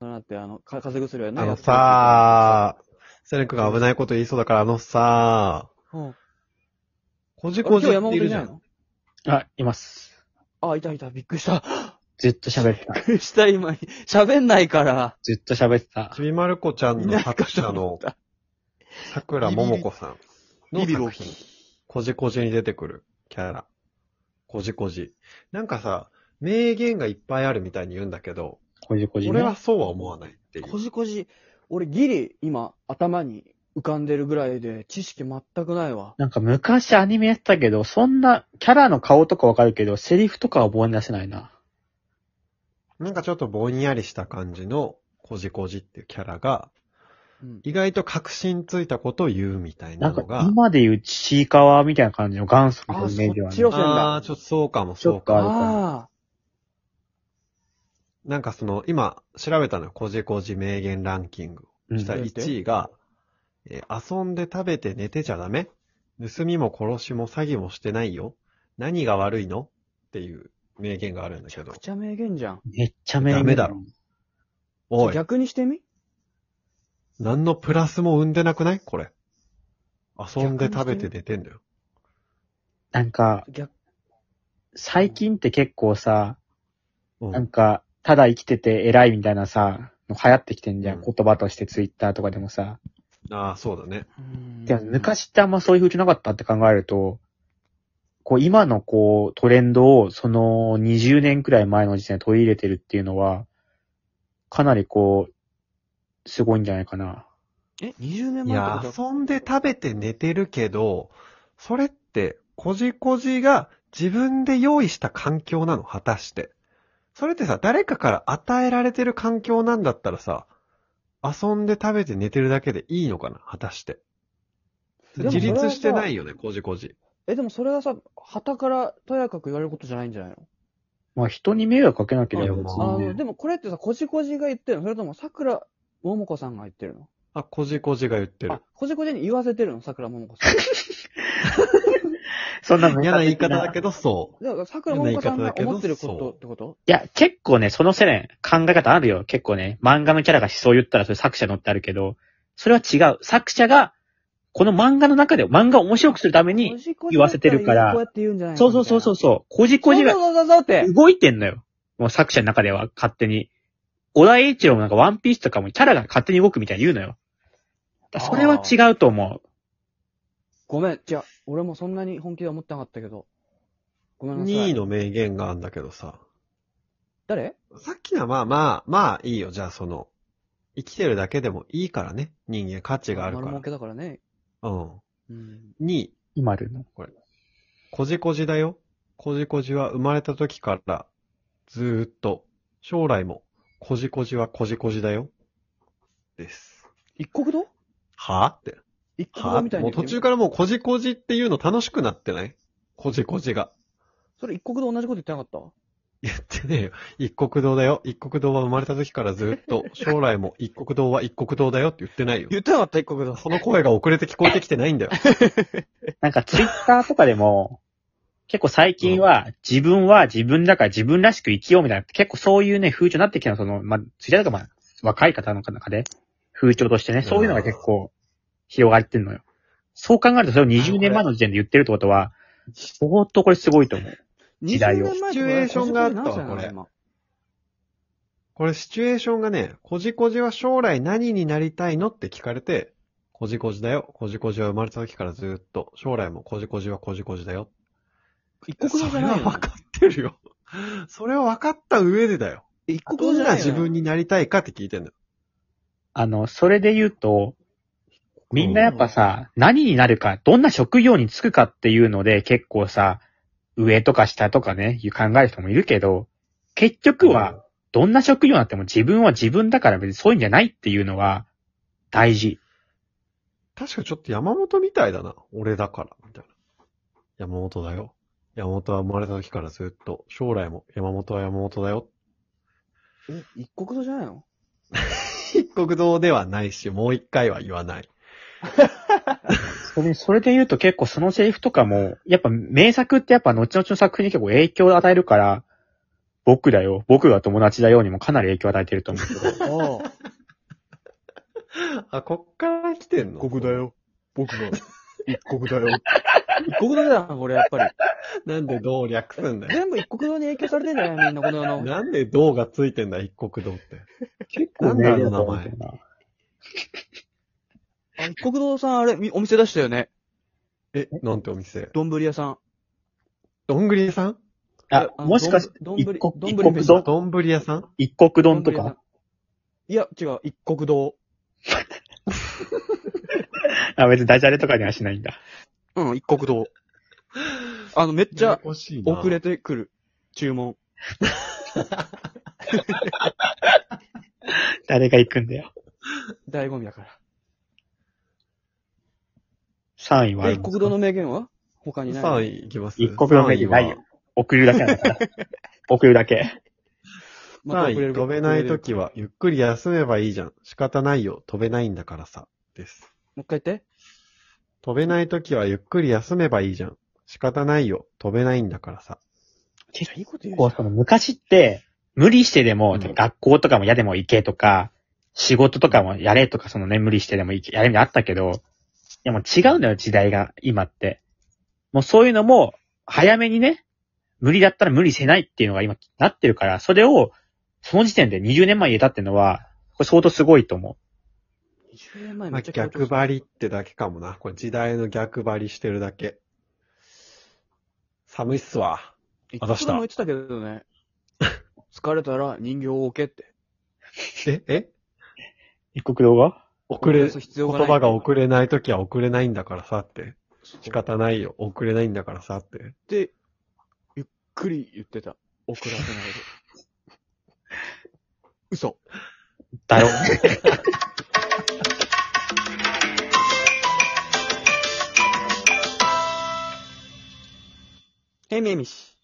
なって、あの、か風邪薬はあ長のくさあ、セレクが危ないこと言いそうだから、あのさあ、うん、あこじ今こじ日っ山本ているいじなゃいん。のあ、います。あ、いたいた、びっくりした。ずっと喋ってた。びっくりした、今。喋んないから。ずっと喋ってたち。びまる子ちゃんいのないか作者と思のっ、た。さくらももこさんのビビる作品。こじこじに出てくるキャラ。こじこじ。なんかさ、名言がいっぱいあるみたいに言うんだけど、こじこじ俺はね。そうは思わないっていこう。じこじ。俺ギリ、今、頭に浮かんでるぐらいで、知識全くないわ。なんか昔アニメやってたけど、そんな、キャラの顔とかわかるけど、セリフとかは覚え出せないな。なんかちょっとぼんやりした感じのこじこじっていうキャラが、うん。意外と確信ついたことを言うみたいななんかのが、今で言うちいかわみたいな感じの元祖のあイメージはそっち路ね。線だああー、ちょっとそうかも、ちそょうっとか。あるあなんかその、今、調べたのよ、こじこじ名言ランキング。うんしたうん1位が、えー遊んで食べて寝てちゃダメ盗みも殺しも詐欺もしてないよ何が悪いのっていう名言があるんだけあ、どめち。ゃ名言じゃん。めっちゃ名言ダメだろ。おい、逆にしてみ何のプラスも生んでなくないこれ。遊んで食べて寝てんだよ。なんか、逆、最近って結構さ、うんなんか、ただ生きてて偉いみたいなさ、流行ってきてんじゃん。うん言葉としてツイッターとかでもさ。ああ、そうだね。うんでも昔ってあんまそういう風潮なかったって考えると、こう今のこうトレンドをその20年くらい前の時点で取り入れてるっていうのは、かなりこう、すごいんじゃないかな。え、20年前いってやこ、と遊んで食べて寝てるけど、それって、こじこじが自分で用意した環境なの果たして。それってさ、誰かから与えられてる環境なんだったらさ、遊んで食べて寝てるだけでいいのかな果たして。でも自立してないよ。よね、こじこじ。え、でもそれはさ、旗からとやかく言われることじゃないんじゃないのまあ人に迷惑かけなければあ別まあにーでね。もこれってさ、こじこじが言ってるのそれとも、桜ももこさんが言ってるのあ、こじこじが言ってある。、こじこじに言わせてるの桜ももこさん。そんなの嫌な言い方だけど、そう。だから桜ももこさんが思ってるこ変なと言い方だけどってこといや、結構ね、その世代、考え方あるよ。結構ね、漫画のキャラが思想を言ったらそれ作者のってあるけど、それは違う。作者が、この漫画の中で、漫画を面白くするためこに、じこじ言わせてるからこうやって言うんじゃないのそうそうそうそう、そうこじこみじたいながそうそうそうそうって。動いてんのよ。もう作者の中では勝手に。小田栄一郎もなんかワンピースとかもキャラが勝手に動くみたいに言うのよ。だからそれは違うと思ごめん、じゃあ、俺もそんなに本気で思ってなかったけど。ごめんなさい。 2位の名言があんだけどさ。誰さっきのはまあまあ、まあいいよ。じゃあその、生きてるだけでもいいからね。人間価値がある丸か儲けだからね。ら。うん。うん。 2位、う。今あるの。こじこじだよ。こじこじは生まれた時から、ずーっと、将来も、こじこじはこじこじだよ。です。一国堂はぁって。一国は堂ぁっみたて。いもにう途中ら。からもうこじこじっていうの楽しくなってないこじこじが。それ一国堂同じこと言ってなかった言ってねえよ。一国堂だよ。一国堂は生まれた時からずーっと、将来も一国堂は一国堂だよって言ってないよ。言ってなかった、一国堂。その声が遅れて聞こえてきてないんだよ。なんかツイッターとかでも、結構最近は、自分は自分だから自分らしく生きようみたいな、結構そういうね、風潮になってきたの、その、まあ、ツイッターとかまあ、若い方の中で、風潮としてね、そういうのが結構広がってんのよ。そう考えるとそれを20年前の時点で言ってるってことは、相当これすごいと思う。時代を20年前シチュエーションがあったわこれ今これシチュエーションがね、こじこじは将来何になりたいのって聞かれて、こじこじだよ。こじこじは生まれた時からずーっと、将来もこじこじはこじこじだよ。一国堂じそゃれなはいの分かってるよ。 それは分かった上でだよ。一国ど堂じんゃなないの自分になりたいかって聞いてんだよ。あの、それで言うと、みんなやっぱさ、何になるか、どんな職業に就くかっていうので、結構さ、上とか下とかね、いう考える人もいるけど、結局は、どんな職業になっても自分は自分だから別にそういうんじゃないっていうのは、大事。確かちょっと山本みたいだな。俺だから。みたいな。山本だよ。山本は生まれた時からずーっと、将来も山本は山本だよ。え一国堂じゃないの一国道ではないし、もう一回は言わない。それそれで言うと結構そのセリフとかも、やっぱ名作ってやっぱ後々の作品に結構影響を与えるから、僕だよ、僕が友達だよにもかなり影響を与えてると思うけど。ああ。あ、こっから来てんの。よ。僕 が。一国だよ。一国だけだな、これ、やっぱり。なんでどう略すんだよ。全部一国語に影響されてんじゃないみんな、この世の。なんで銅がついてんだ、一国道って。結構ね なんだろうな名あ一国堂さん、あれ、みお店出したよね。え、なんてお店。丼屋さん。どんぐり屋さんあ、もしかして、どん一ぶり国、どん一ぶり国飯丼どんぶり屋さん一国丼と丼屋さんか。いや、違う、一国堂。あ、別にダジャレとかにはしないんだ。うん、一国 堂。あの、めっちゃ、欲しいな。遅れてくる。注文。誰が行くんだよ。醍醐味だから。 3位はあで、る一んですか国堂の名言は他にない。 3位いきます。一国の目にないよ。送るだけなんだから。送るだけ。また3遅れ位る飛べないともきは、ゆっくり休めばいいじゃん。仕方ないよ。飛べないんだからさ。です。う一回言って。飛べないときは、ゆっくり休めばいいじゃん。仕方ないよ。飛べないんだからさ。結構いいこと言うじゃこんう、その昔って、無理してでも、うん学校とかも嫌でも行けとか、仕事とかもやれとか、そのね、無理してでも行け、やれみたいなのあったけど、いやもう違うんだよ、時代が、今って。もうそういうのも、早めにね、無理だったら無理せないっていうのが今、なってるから、それを、その時点で20年前に言えたっていうのは、これ相当すごいと思20年前めまあ、っちゃ緊張逆した張りってだけかもな。これ時代の逆張りしてるだけ。寒いっすわ。いつあ出したも言ってたけど ね。疲れたら人形を置けって。え、えう。一国堂が遅れ、す言必要がない葉が遅れないときは遅れないんだからさって。仕方ないよ。遅れないんだからさって。で、ゆっくり言ってた。遅らせないで。嘘。だろ。へみへみし。